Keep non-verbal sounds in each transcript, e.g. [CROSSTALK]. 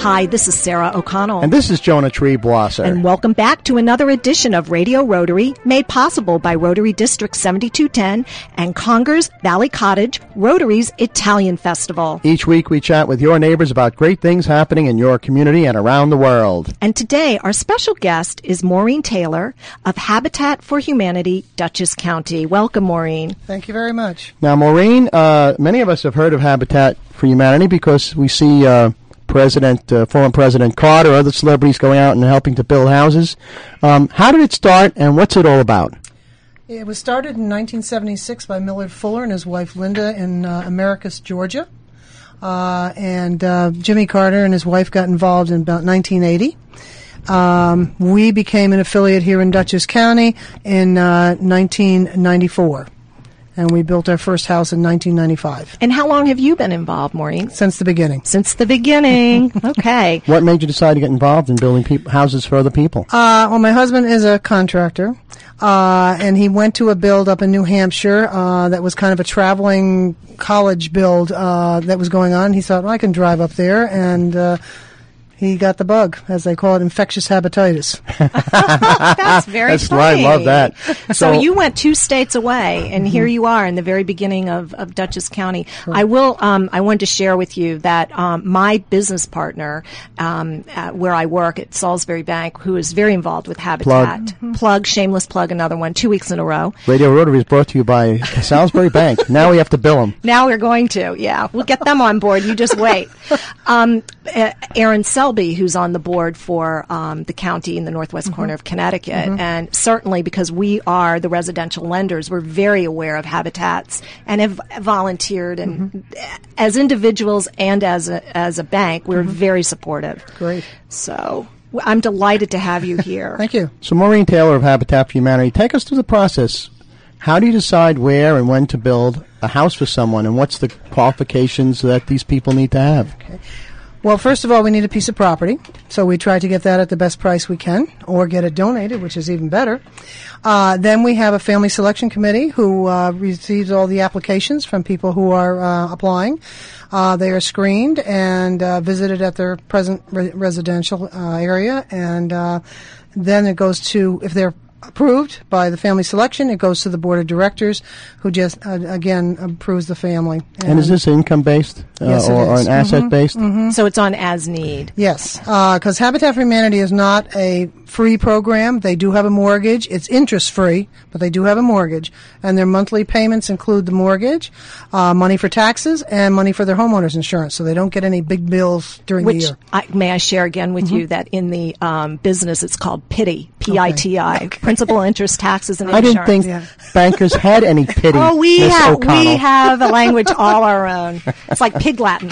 Hi, this is Sarah O'Connell. And this is Jonah Treeblosser. And welcome back to another edition of Radio Rotary, made possible by Rotary District 7210 and Congers Valley Cottage Rotary's Italian Festival. Each week we chat with your neighbors about great things happening in your community and around the world. And today our special guest is Maureen Taylor of Habitat for Humanity, Dutchess County. Welcome, Maureen. Thank you very much. Now, Maureen, uh, many of us have heard of Habitat for Humanity because we see uh, President, uh, former President Carter, other celebrities going out and helping to build houses. Um, how did it start, and what's it all about? It was started in 1976 by Millard Fuller and his wife Linda in uh, Americus, Georgia. Uh, and uh, Jimmy Carter and his wife got involved in about 1980. Um, we became an affiliate here in Dutchess County in uh, 1994. And we built our first house in 1995 And how long have you been involved, Maureen? since the beginning. Since the [LAUGHS] beginning. okay. What made you decide to get involved in building peop houses for other people? Uh, well, my husband is a contractor, uh, and he went to a build up in New Hampshire uh, that was kind of a traveling college build uh, that was going on. He thought, well, I can drive up there, and uh, he got the bug, as they call it, infectious hepatitis. That's very That's right. funny. Love that. So, So- you went two states away, and here you are in the very beginning of, of Dutchess County. I will. Um, I wanted to share with you that um, my business partner, um, uh, where I work at Salisbury Bank, who is very involved with Habitat, plug, shameless plug, another one, two weeks in a row. Radio Rotary is brought to you by Salisbury Bank. Now we have to bill them. Now we're going to, yeah. We'll get them on board. You just [LAUGHS] wait. Um, uh, Aaron Selby, who's on the board for um, the county in the northwest Mm-hmm. corner of Connecticut, and certainly because we are the residential lenders, we're very aware of habitats and have volunteered, and Mm-hmm. as individuals and as a, as a bank, we're very supportive. Great. So w- I'm delighted to have you here. [LAUGHS] Thank you. So, Maureen Taylor of Habitat for Humanity, take us through the process. How do you decide where and when to build a house for someone, and what's the qualifications that these people need to have? Well, first of all, we need a piece of property, so we try to get that at the best price we can, or get it donated, which is even better. Uh, then we have a family selection committee who uh, receives all the applications from people who are uh, applying. Uh, they are screened and uh, visited at their present re- residential uh, area, and uh, then it goes to if they're approved by the family selection, it goes to the board of directors, who just uh, again approves the family. And is this income based uh, Yes, it or, or is. an asset based? So it's on as need. Yes, because Habitat for Humanity is not a free program. They do have a mortgage. It's interest free, but they do have a mortgage, and their monthly payments include the mortgage, uh, money for taxes, and money for their homeowners insurance. So they don't get any big bills during Which the year. I, may I share again with Mm-hmm. you that in the um, business it's called PITI, P I T I, [LAUGHS] principal, interest, taxes, and I insurance. didn't think Yeah. bankers had [LAUGHS] any pity. Oh, we Miss have O'Connell. we have a [LAUGHS] language all our own. It's like pig Latin.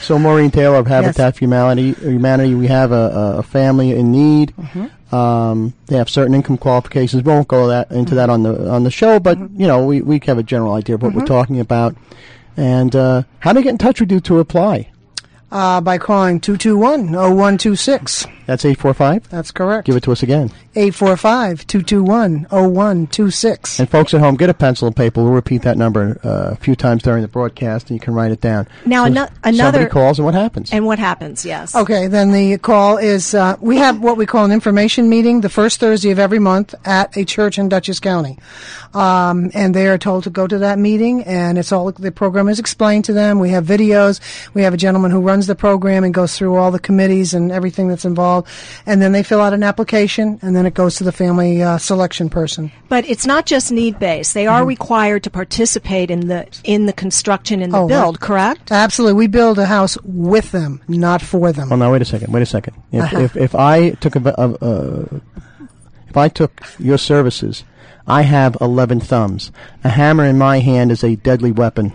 So, Maureen Taylor of Habitat for Humanity, Humanity, we have a- a, a family in need. Mm-hmm. Um, they have certain income qualifications. We won't go that into that on the on the show, but Mm-hmm. you know, we, we have a general idea of what we're talking about. And uh, how do they get in touch with you to apply? Uh, by calling 221-0126. That's eight four five. That's correct. Give it to us again. 845-221-0126. And folks at home, get a pencil and paper. We'll repeat that number uh, a few times during the broadcast, and you can write it down. Now, ano- somebody another- calls, and what happens? And what happens? Yes. Okay, then the call is uh, we have what we call an information meeting the first Thursday of every month at a church in Dutchess County. Um, and they are told to go to that meeting, and it's all the program is explained to them. We have videos. We have a gentleman who runs the program and goes through all the committees and everything that's involved. And then they fill out an application, and then it goes to the family uh, selection person. But it's not just need based. They are Mm-hmm. required to participate in the in the construction in the Oh, right. build, correct? Absolutely. We build a house with them, not for them. Oh no! Wait a second. Wait a second. If Uh-huh. if, if I took a, v- a- a- if I took your services, I have eleven thumbs. A hammer in my hand is a deadly weapon.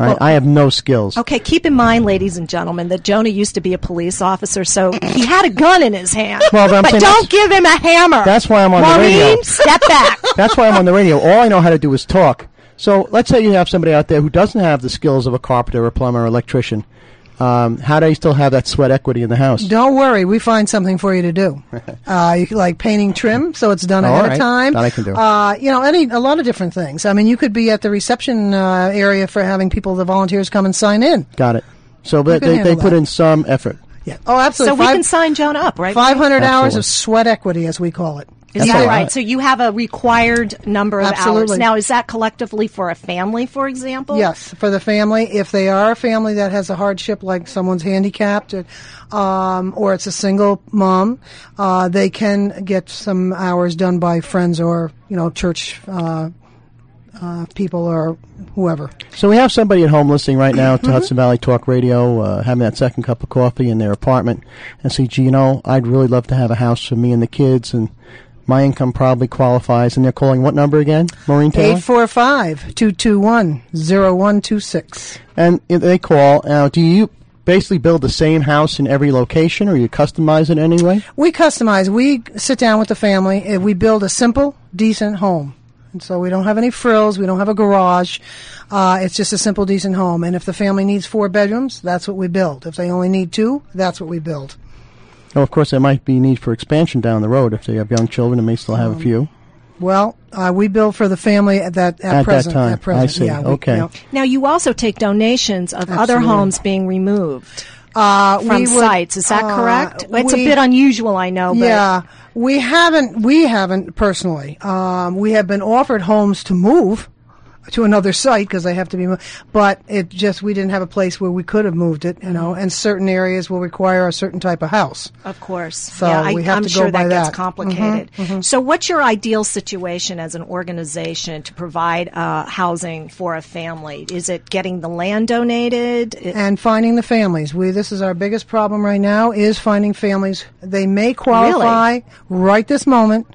All right? I have no skills. [LAUGHS] Okay, keep in mind, ladies and gentlemen, that Jonah used to be a police officer, so he had a gun in his hand. Well, but I'm saying don't give him a hammer. that's why I'm on the Maureen, radio. step [LAUGHS] back. That's why I'm on the radio. All I know how to do is talk. So let's say you have somebody out there who doesn't have the skills of a carpenter, a plumber, or electrician. Um, how do you still have that sweat equity in the house? Don't worry, we find something for you [LAUGHS] to do. Uh, you, can- like painting trim, so it's done All ahead right. of time. That I can do. Uh, you know, any a lot of different things. I mean, you could be at the reception uh, area for having people, the volunteers, come and sign in. Got it. So but they, can they handle put that. in some effort. Yeah. Oh, So absolutely. we can sign Joan up, right? 500 hours Absolutely. of sweat equity, as we call it. Is That's that a right? lot. So you have a required number of Absolutely. hours. Now, is that collectively for a family, for example? Yes, for the family. If they are a family that has a hardship, like someone's handicapped, or, um, or it's a single mom, uh, they can get some hours done by friends or you know church uh, uh, people or whoever. So we have somebody at home listening right now Mm-hmm. to Hudson Valley Talk Radio, uh, having that second cup of coffee in their apartment, and see, gee, you know, I'd really love to have a house for me and the kids, and my income probably qualifies. And they're calling what number again, Maureen Taylor? Eight four five two two one zero one two six. And if they call. Now, do you basically build the same house in every location, or you customize it anyway? We customize. We sit down with the family and we build a simple, decent home. And so we don't have any frills. We don't have a garage. Uh, it's just a simple, decent home. And if the family needs four bedrooms, that's what we build. If they only need two, that's what we build. Now, of course, there might be need for expansion down the road if they have young children and may still Um, have a few. Well, uh, we build for the family at that at, At that present. time. At present, I see. Yeah, we- Okay. yeah. Now, you also take donations of other Absolutely. homes being removed Uh, from we would- sites. Is that uh, correct? It's we- a bit unusual, I know, but Yeah, we haven't. We haven't personally. Um, we have been offered homes to move to another site because they have to be moved. But it just we didn't have a place where we could have moved it. You Mm-hmm. know, and certain areas will require a certain type of house. of course. So yeah, I, we have I'm to go sure by that, that. Mm-hmm, gets complicated. So, what's your ideal situation as an organization to provide uh, housing for a family? Is it getting the land donated? It- And finding the families. We this is our biggest problem right now is finding families. They may qualify right this moment,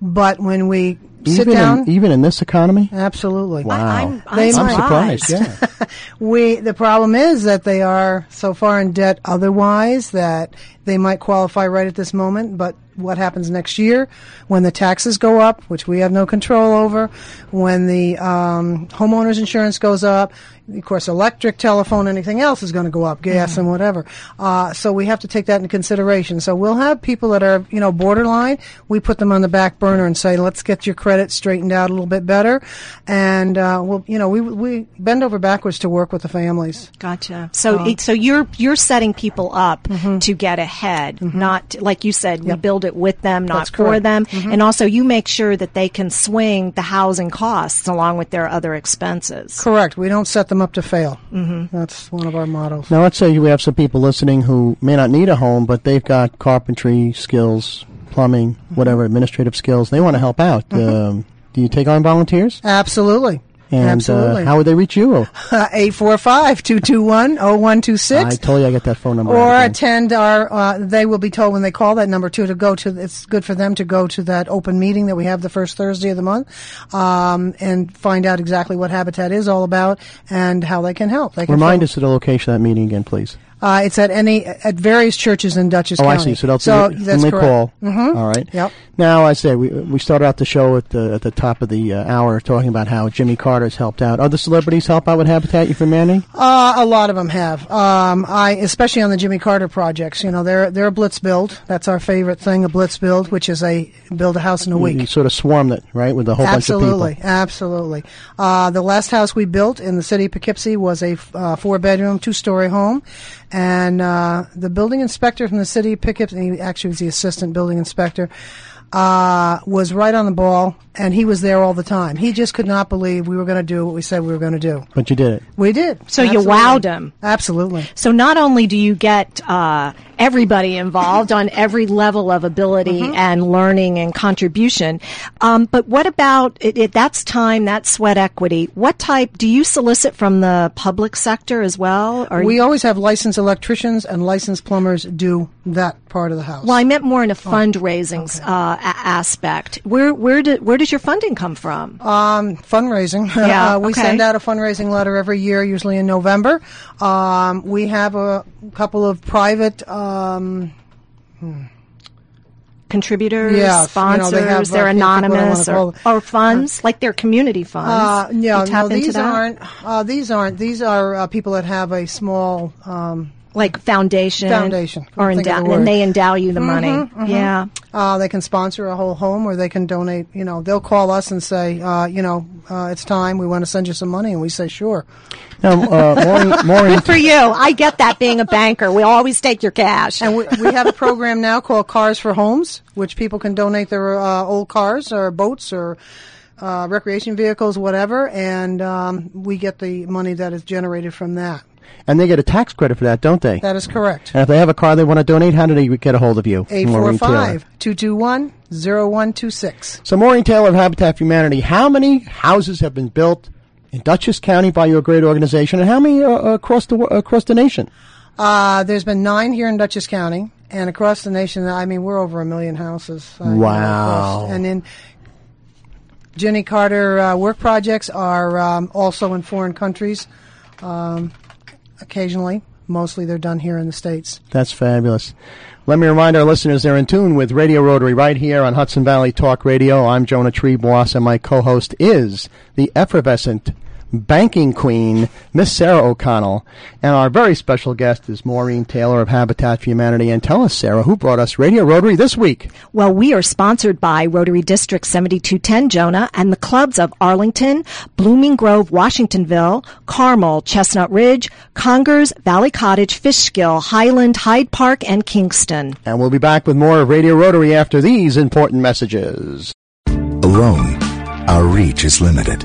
but when we sit even down, in, even in this economy. absolutely. Wow, I'm- I'm I'm surprised. surprised. Yeah. We the problem is that they are so far in debt otherwise that they might qualify right at this moment, but what happens next year when the taxes go up, which we have no control over, when the um, homeowners insurance goes up, of course, electric, telephone, anything else is going to go up, gas Mm-hmm. and whatever. Uh, so we have to take that into consideration. So we'll have people that are you know borderline. We put them on the back burner and say, let's get your credit straightened out a little bit better, and uh, we'll you know we we bend over backwards to work with the families. Gotcha. So, Oh. it- so you're you're setting people up Mm-hmm. to get ahead, not like you said, we build it with them, not That's for correct. Mm-hmm. them, and also you make sure that they can swing the housing costs along with their other expenses. Correct. We don't set them up to fail. Mm-hmm. That's one of our models. Now, let's say we have some people listening who may not need a home, but they've got carpentry skills, plumbing, Mm-hmm. whatever administrative skills. They want to help out. Um, do you take on volunteers? Absolutely. And Absolutely. Uh, how would they reach you? [LAUGHS] Eight four five two two one zero one two I six. told you I get that phone number. or out again. attend our uh, they will be told when they call that number too to go to it's good for them to go to that open meeting that we have the first thursday of the month um, and find out exactly what habitat is all about and how they can help they can Remind find- us of the location of that meeting again, please. uh, it's at any at various churches in dutchess Oh, I county see. So they'll when that's they correct Mm-hmm. call. All right. Yep. Now, I say we we started out the show at the at the top of the uh, hour talking about how Jimmy Carter's helped out. Other celebrities help out with Habitat for Humanity. Uh, a lot of them have. Um, I especially on the Jimmy Carter projects. You know, they're they're a blitz build. That's our favorite thing, a blitz build, which is a build a house in a week. You sort of swarmed it right with a whole bunch absolutely, of people. absolutely. Uh, the last house we built in the city of Poughkeepsie was a uh, four-bedroom, two-story home, and uh, the building inspector from the city of Poughkeepsie, he actually was the assistant building inspector, uh, was right on the ball, and he was there all the time. He just could not believe we were going to do what we said we were going to do. But you did it. We did. So you wowed 'em. Absolutely. So not only do you get uh, everybody involved on every level of ability Mm-hmm. and learning and contribution, um, but what about it, it, that's time, that's sweat equity. What type do you solicit from the public sector as well? Or We always have licensed electricians and licensed plumbers do that part of the house. well, I meant more in Oh, a fundraising uh, a- aspect. Where where do, where does your funding come from? Um, fundraising. [LAUGHS] Yeah, uh, we okay. send out a fundraising letter every year, usually in November. Um, we have a couple of private. Um, Contributors, yeah, you know, they sponsors, have, uh, are people I don't wanna anonymous, call or, them. or funds like their community funds. uh, You yeah, tap no, into these that? aren't. Uh, these aren't. These are uh, people that have a small. Um, like foundation, Foundation. or Couldn't think endow- of the word. Mm-hmm, and they endow you the money. Yeah, Uh, they can sponsor a whole home or they can donate. You know, they'll call us and say, uh, you know, uh, it's time. We want to send you some money. And we say, sure. Now, uh, Maureen, Maureen, for you, I get that. Being a banker, we always take your cash. And we, we have a program now called Cars for Homes, which people can donate their uh, old cars or boats or uh, recreation vehicles, whatever. And um, we get the money that is generated from that. and they get a tax credit for that, don't they? That is correct. And if they have a car they want to donate, how do they get a hold of you? Maureen Taylor? 845 221 0126. So, Maureen Taylor of Habitat for Humanity, how many houses have been built in Dutchess County by your great organization, and how many uh, across the wo- across the nation? Uh, there's been nine here in Dutchess County, and across the nation, I mean, we're over a million houses. uh, you know, Wow. across- and then Jenny Carter uh, work projects are um, also in foreign countries um, occasionally. Mostly they're done here in the States. That's fabulous. Let me remind our listeners they're in tune with Radio Rotary right here on Hudson Valley Talk Radio. I'm Jonah Treeboss, and my co host is the effervescent banking queen, Miss Sarah O'Connell. And our very special guest is Maureen Taylor of Habitat for Humanity. And tell us, Sarah, who brought us Radio Rotary this week? Well, we are sponsored by Rotary District 7210 Jonah and the clubs of Arlington, Blooming Grove, Washingtonville, Carmel, Chestnut Ridge, Congers, Valley Cottage, Fishkill, Highland, Hyde Park, and Kingston. And we'll be back with more of Radio Rotary after these important messages. Alone, our reach is limited.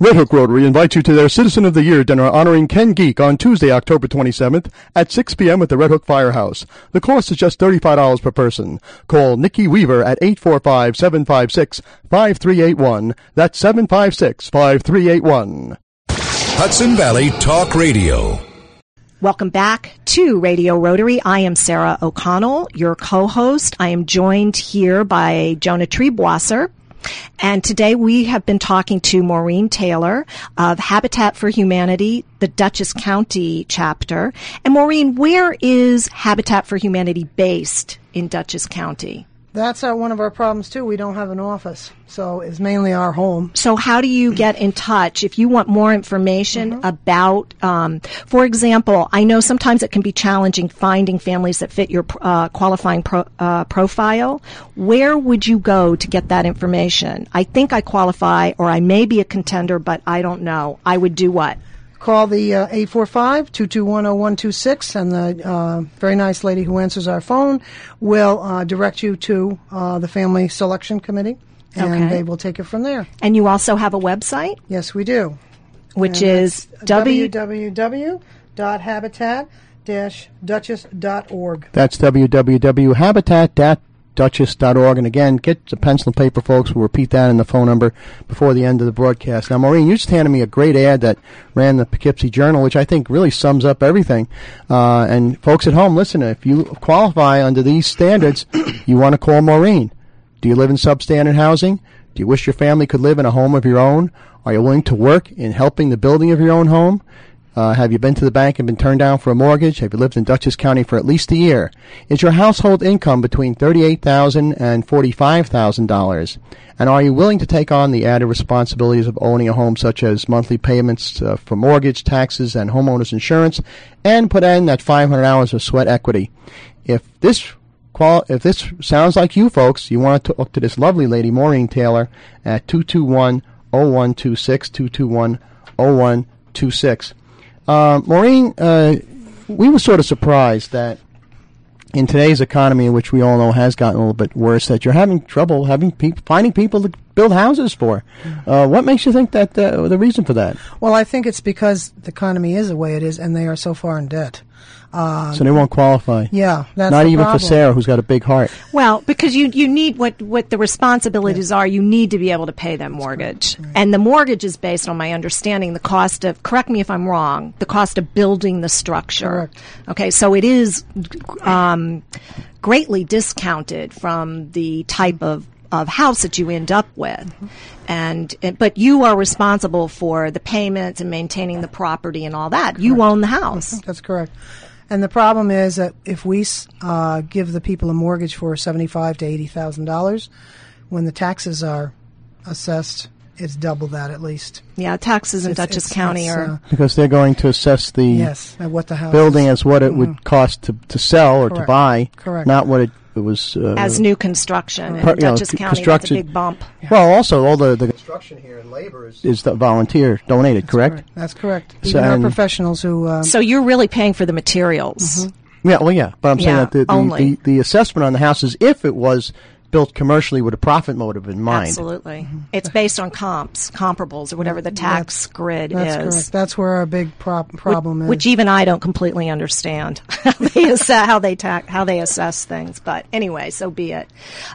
Red Hook Rotary invites you to their Citizen of the Year dinner honoring Ken Geek on Tuesday, October 27th at 6 p.m. at the Red Hook Firehouse. The cost is just $35 per person. Call Nikki Weaver at 845-756-5381. That's 756-5381. Hudson Valley Talk Radio. Welcome back to Radio Rotary. I am Sarah O'Connell, your co-host. I am joined here by Jonah Treebwasser. And today we have been talking to Maureen Taylor of Habitat for Humanity, the Dutchess County chapter. And Maureen, where is Habitat for Humanity based in Dutchess County? That's uh, one of our problems, too. We don't have an office, so it's mainly our home. So, how do you get in touch if you want more information about, um, for example, I know sometimes it can be challenging finding families that fit your uh, qualifying pro- uh, profile. Where would you go to get that information? I think I qualify, or I may be a contender, but I don't know. I would do what? Call the uh, 845-221-0126, and the uh, very nice lady who answers our phone will uh, direct you to uh, the Family Selection Committee, and Okay. they will take it from there. And you also have a website, Yes, we do. which And is w. www.habitat-duchess.org. That's www.habitat.duchess.org. And again, get the pencil and paper, folks. We'll repeat that in the phone number before the end of the broadcast. Now, Maureen, you just handed me a great ad that ran the Poughkeepsie Journal, which I think really sums up everything. Uh, and folks at home, listen, if you qualify under these standards, [COUGHS] you want to call Maureen. Do you live in substandard housing? Do you wish your family could live in a home of your own? Are you willing to work in helping the building of your own home? Uh, have you been to the bank and been turned down for a mortgage? Have you lived in Dutchess County for at least a year? Is your household income between thirty-eight thousand and forty-five thousand dollars? And are you willing to take on the added responsibilities of owning a home, such as monthly payments uh, for mortgage, taxes, and homeowners insurance, and put in that five hundred hours of sweat equity? If this Qual- if this sounds like you folks, you want to talk to this lovely lady, Maureen Taylor, at 221 0126. 221 0126. Maureen, uh, we were sort of surprised that in today's economy, which we all know has gotten a little bit worse, that you're having trouble having peop finding people to build houses for. Uh, what makes you think that uh, the reason for that? Well, I think it's because the economy is the way it is, and they are so far in debt. Um, So they won't qualify. yeah, that's Not the even problem. for Sarah, who's got a big heart. Well, because you, you need what, what the responsibilities are, you need to be able to pay that mortgage. And the mortgage is based on my understanding the cost of, correct me if I'm wrong, the cost of building the structure. Correct. Okay, so it is um, greatly discounted from the type of, of house that you end up with. Mm-hmm. And, and- but you are responsible for the payments and maintaining the property and all that. You own the house. That's correct. And the problem is that if we s- uh, give the people a mortgage for seventy-five to eighty thousand dollars, when the taxes are assessed, it's double that at least. Yeah, taxes in It's- Dutchess it's- County it's, are. uh, Because they're going to assess the yes. At what the house building is. as what it would cost to, to sell or to Mm-hmm. Correct. buy, Correct. not what it, it was. Uh, Mm-hmm. as new construction in Per- you know, Dutchess c- County. That's a constructed- big bump. Well, also all the, the construction here and labor is, is the volunteer donated, correct? Correct. That's correct. So, Even our and- professionals who uh, So you're really paying for the materials. Mm-hmm. Yeah, well, yeah, but I'm saying Yeah, that the, the, only. the, the assessment on the house is if it was built commercially with a profit motive in mind. Absolutely. It's based on comps, comparables, or whatever the tax grid Mm-hmm. That's is. correct. That's where our big prob- problem is. Which even I don't completely understand [LAUGHS] how they assess, how they tax, how they assess things. But anyway, so be it.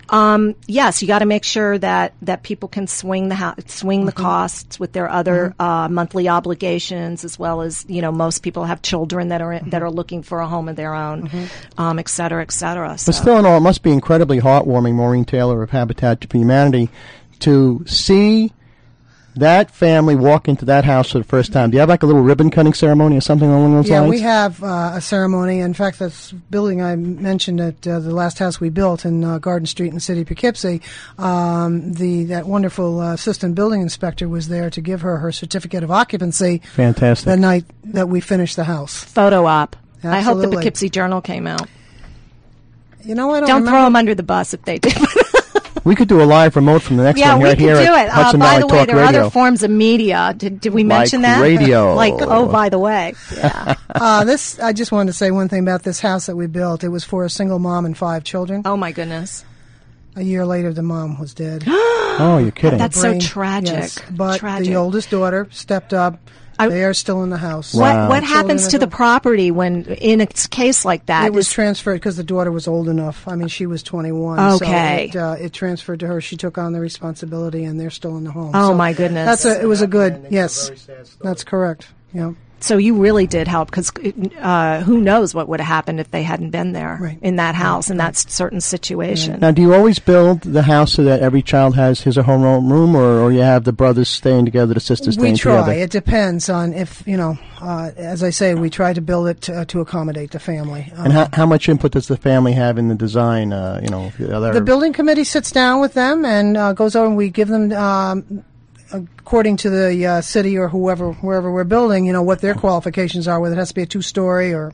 Um, yes, you got to make sure that that people can swing the ho- swing the Mm-hmm. costs with their other uh, monthly obligations, as well as you know most people have children that are Mm-hmm. that are looking for a home of their own, um, et cetera, et cetera. So. But still, in all, it must be incredibly heartwarming, Maureen Taylor of Habitat for Humanity, to see that family walk into that house for the first time. Do you have like a little ribbon cutting ceremony or something along those yeah, lines? we have uh, a ceremony. In fact, that's building I mentioned at uh, the last house we built in uh, Garden Street in the city of Poughkeepsie. Um, the that wonderful uh, assistant building inspector was there to give her her certificate of occupancy. Fantastic. The night that we finished the house. photo op. I hope the Absolutely. Poughkeepsie Journal came out. You know, I don't, Don't remember. throw them under the bus if they did. [LAUGHS] We could do a live remote from the next yeah, one we right could here do at it. Uh, Hudson by Valley the way, Talk there Radio. are other forms of media. Did, did we Like mention that? radio. like, oh, by the [LAUGHS] way. Yeah. uh, this. I just wanted to say one thing about this house that we built. It was for a single mom and five children. oh, my goodness. A year later, the mom [GASPS] was dead. oh, you're kidding. That's so brain. tragic. Yes, but tragic. the oldest daughter stepped up. I- they are still in the house. what what Children happens are to the gone. property when, in a case like that? It was Is- transferred because the daughter was old enough. I mean, she was 21. Okay. So it, uh, it transferred to her. She took on the responsibility, and they're still in the home. Oh, So my goodness. That's a. It was a good. Yes, that's correct. Yeah. so you really did help because uh, who knows what would have happened if they hadn't been there Right. in that house, in that certain situation. now, do you always build the house so that every child has his or her own room, or, or you have the brothers staying together, the sisters staying we try. together? It depends on if you know. Uh, as I say, we try to build it to, to accommodate the family. Um, And how, how much input does the family have in the design? Uh, you know, the other the building committee sits down with them and uh, goes over and we give them um, according to the uh, city or whoever wherever we're building you know what their qualifications are whether it has to be a two story or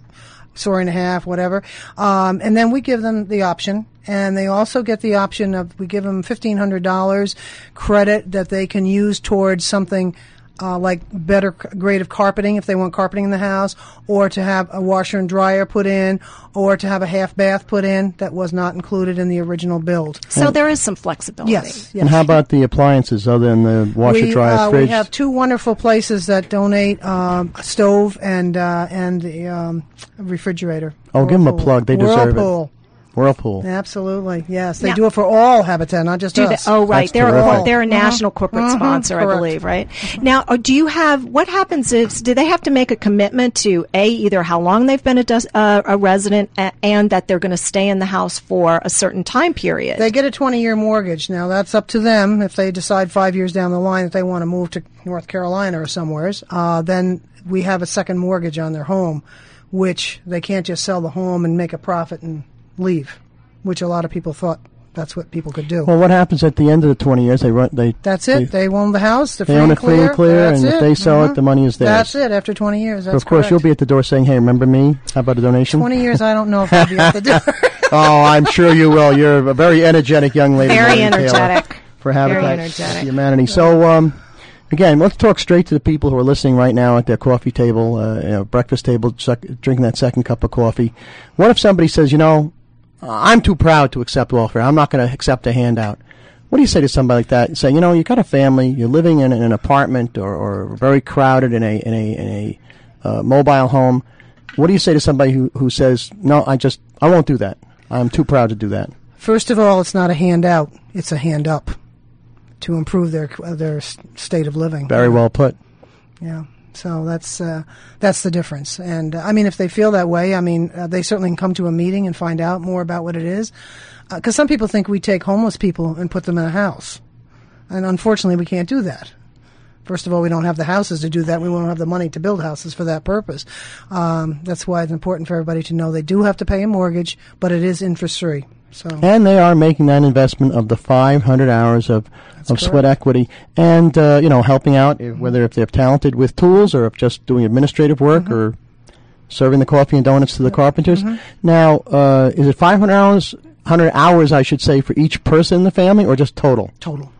story and a half whatever um, and then we give them the option and they also get the option of we give them $1500 credit that they can use towards something uh, like better c- grade of carpeting if they want carpeting in the house, or to have a washer and dryer put in, or to have a half bath put in that was not included in the original build. so there is some flexibility. Yes, yes. And how about the appliances other than the washer, we, dryer, uh, fridge? we have two wonderful places that donate um, a stove and uh, and the um, refrigerator. Oh, give 'em a Whirlpool. plug. They deserve it. Whirlpool. Whirlpool. Absolutely, yes. They Now- do it for all Habitat, not just do us. that. Oh, right. That's They're a, terrific. cor- they're a national corporate Mhm. sponsor, I Correct. believe, right? Now, uh, do you have what happens is do they have to make a commitment to a either how long they've been a, des- uh, a resident a- and that they're going to stay in the house for a certain time period? They get a 20 year mortgage. Now, that's up to them. If they decide five years down the line that they want to move to North Carolina or somewheres, uh, then we have a second mortgage on their home, which they can't just sell the home and make a profit and leave, which a lot of people thought that's what people could do. Well, what happens at the end of the 20 years? They run. They that's it. They own the house. They're They free own and it free and clear, That's and if it. they sell it, Mhm. the money is theirs. That's it. After 20 years. That's of course, correct. you'll be at the door saying, "Hey, remember me? How about a donation?" 20 years, I don't know if I'll [LAUGHS] be at the door. oh, I'm sure you will. You're a very energetic young lady. Very Maureen Taylor, energetic. for Habitat Very energetic. for Humanity. So, um, again, let's talk straight to the people who are listening right now at their coffee table, uh, you know, breakfast table, suck, drinking that second cup of coffee. What if somebody says, "You know, I'm too proud to accept welfare. I'm not going to accept a handout." What do you say to somebody like that? Say, you know, you got a family, you're living in, an apartment or, or very crowded in a in a in a uh, mobile home. What do you say to somebody who, who says, no, I just, I won't do that. I'm too proud to do that. First of all, it's not a handout; it's a hand up to improve their their s- state of living. Very well put. Yeah. So that's uh, that's the difference. And uh, I mean, if they feel that way, I mean, uh, they certainly can come to a meeting and find out more about what it is. Because some people think we take homeless people and put them in a house, and unfortunately, we can't do that. First of all, we don't have the houses to do that. We won't have the money to build houses for that purpose. Um, that's why it's important for everybody to know they do have to pay a mortgage, but it is interest free. So And they are making that investment of the 500 hours of, of sweat equity and, uh, you know, helping out, if, whether if they're talented with tools or if just doing administrative work or serving the coffee and donuts to the carpenters. Now, uh, is it 500 hours, 100 hours, I should say, for each person in the family or just total? total,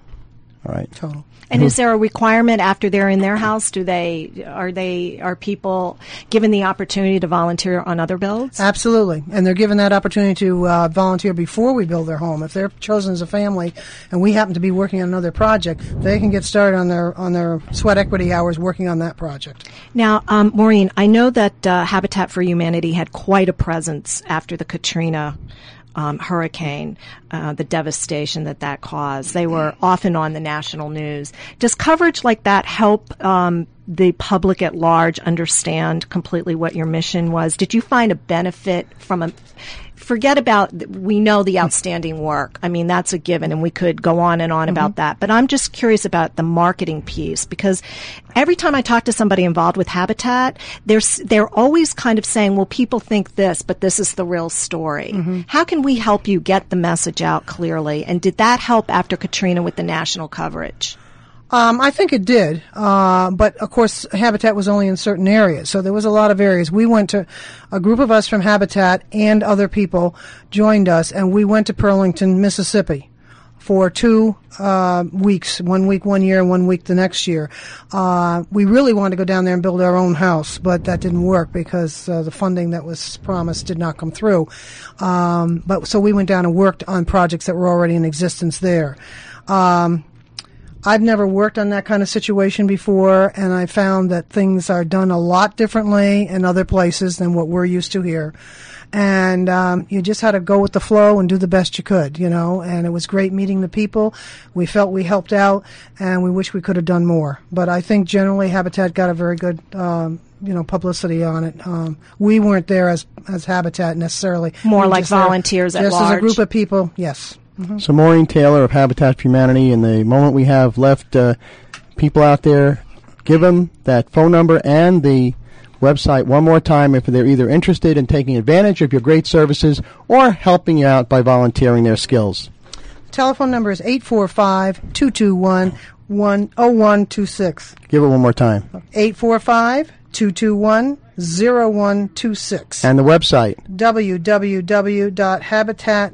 All right. total. And is there a requirement after they're in their house? Do they are they are people given the opportunity to volunteer on other builds? Absolutely. And they're given that opportunity to uh, volunteer before we build their home. If they're chosen as a family and we happen to be working on another project, they can get started on their on their sweat equity hours working on that project. Now, um, Maureen, I know that uh, Habitat for Humanity had quite a presence after the Katrina um, hurricane, uh, the devastation that that caused. They were often on the national news. Does coverage like that help um, the public at large understand completely what your mission was? Did you find a benefit from a Forget about, we know the outstanding work. I mean, that's a given, and we could go on and on about that. But I'm just curious about the marketing piece because every time I talk to somebody involved with Habitat, they're, s- they're always kind of saying, well, people think this, but this is the real story. How can we help you get the message out clearly? And did that help after Katrina with the national coverage? Um, I think it did, uh, but of course, Habitat was only in certain areas, so there was a lot of areas. We went to a group of us from Habitat and other people joined us, and we went to Burlington, Mississippi, for two uh, weeks. One week one year, one week the next year. Uh, we really wanted to go down there and build our own house, but that didn't work because uh, the funding that was promised did not come through. Um, but so we went down and worked on projects that were already in existence there. Um, I've never worked on that kind of situation before, and I found that things are done a lot differently in other places than what we're used to here. And um, you just had to go with the flow and do the best you could, you know. And it was great meeting the people. We felt we helped out, and we wish we could have done more. But I think generally Habitat got a very good, um, you know, publicity on it. Um, we weren't there as as Habitat necessarily. More We were like just there volunteers at just as a large. group of people. Yes. So Maureen Taylor of Habitat for Humanity, in the moment we have left, uh, people out there, give them that phone number and the website one more time if they're either interested in taking advantage of your great services or helping you out by volunteering their skills. Telephone number is 845 221 0126. Give it one more time. 845 221 0126. And the website. www.habitat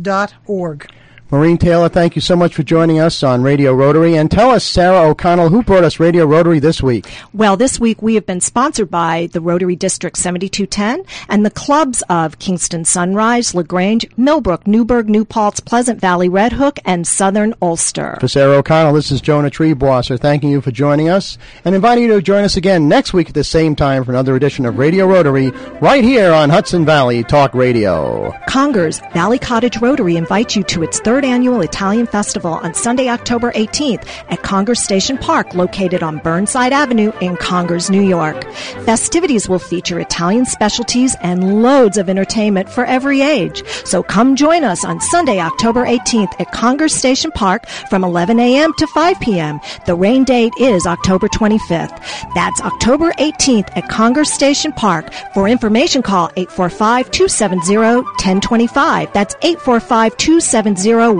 duchess.org. Maureen Taylor, thank you so much for joining us on Radio Rotary. And tell us, Sarah O'Connell, who brought us Radio Rotary this week? Well, this week we have been sponsored by the Rotary District 7210 and the clubs of Kingston Sunrise, LaGrange, Millbrook, Newburgh, New Paltz, Pleasant Valley, Red Hook, and Southern Ulster. For Sarah O'Connell, this is Jonah Treebosser thanking you for joining us and inviting you to join us again next week at the same time for another edition of Radio Rotary right here on Hudson Valley Talk Radio. Congers Valley Cottage Rotary invites you to its third annual Italian Festival on Sunday, October 18th at Congers Station Park, located on Burnside Avenue in Congers, New York. Festivities will feature Italian specialties and loads of entertainment for every age. So come join us on Sunday, October 18th at Congers Station Park from 11 a.m. to 5 p.m. The rain date is October 25th. That's October 18th at Congers Station Park. For information, call 845-270-1025. That's 845-270-1025.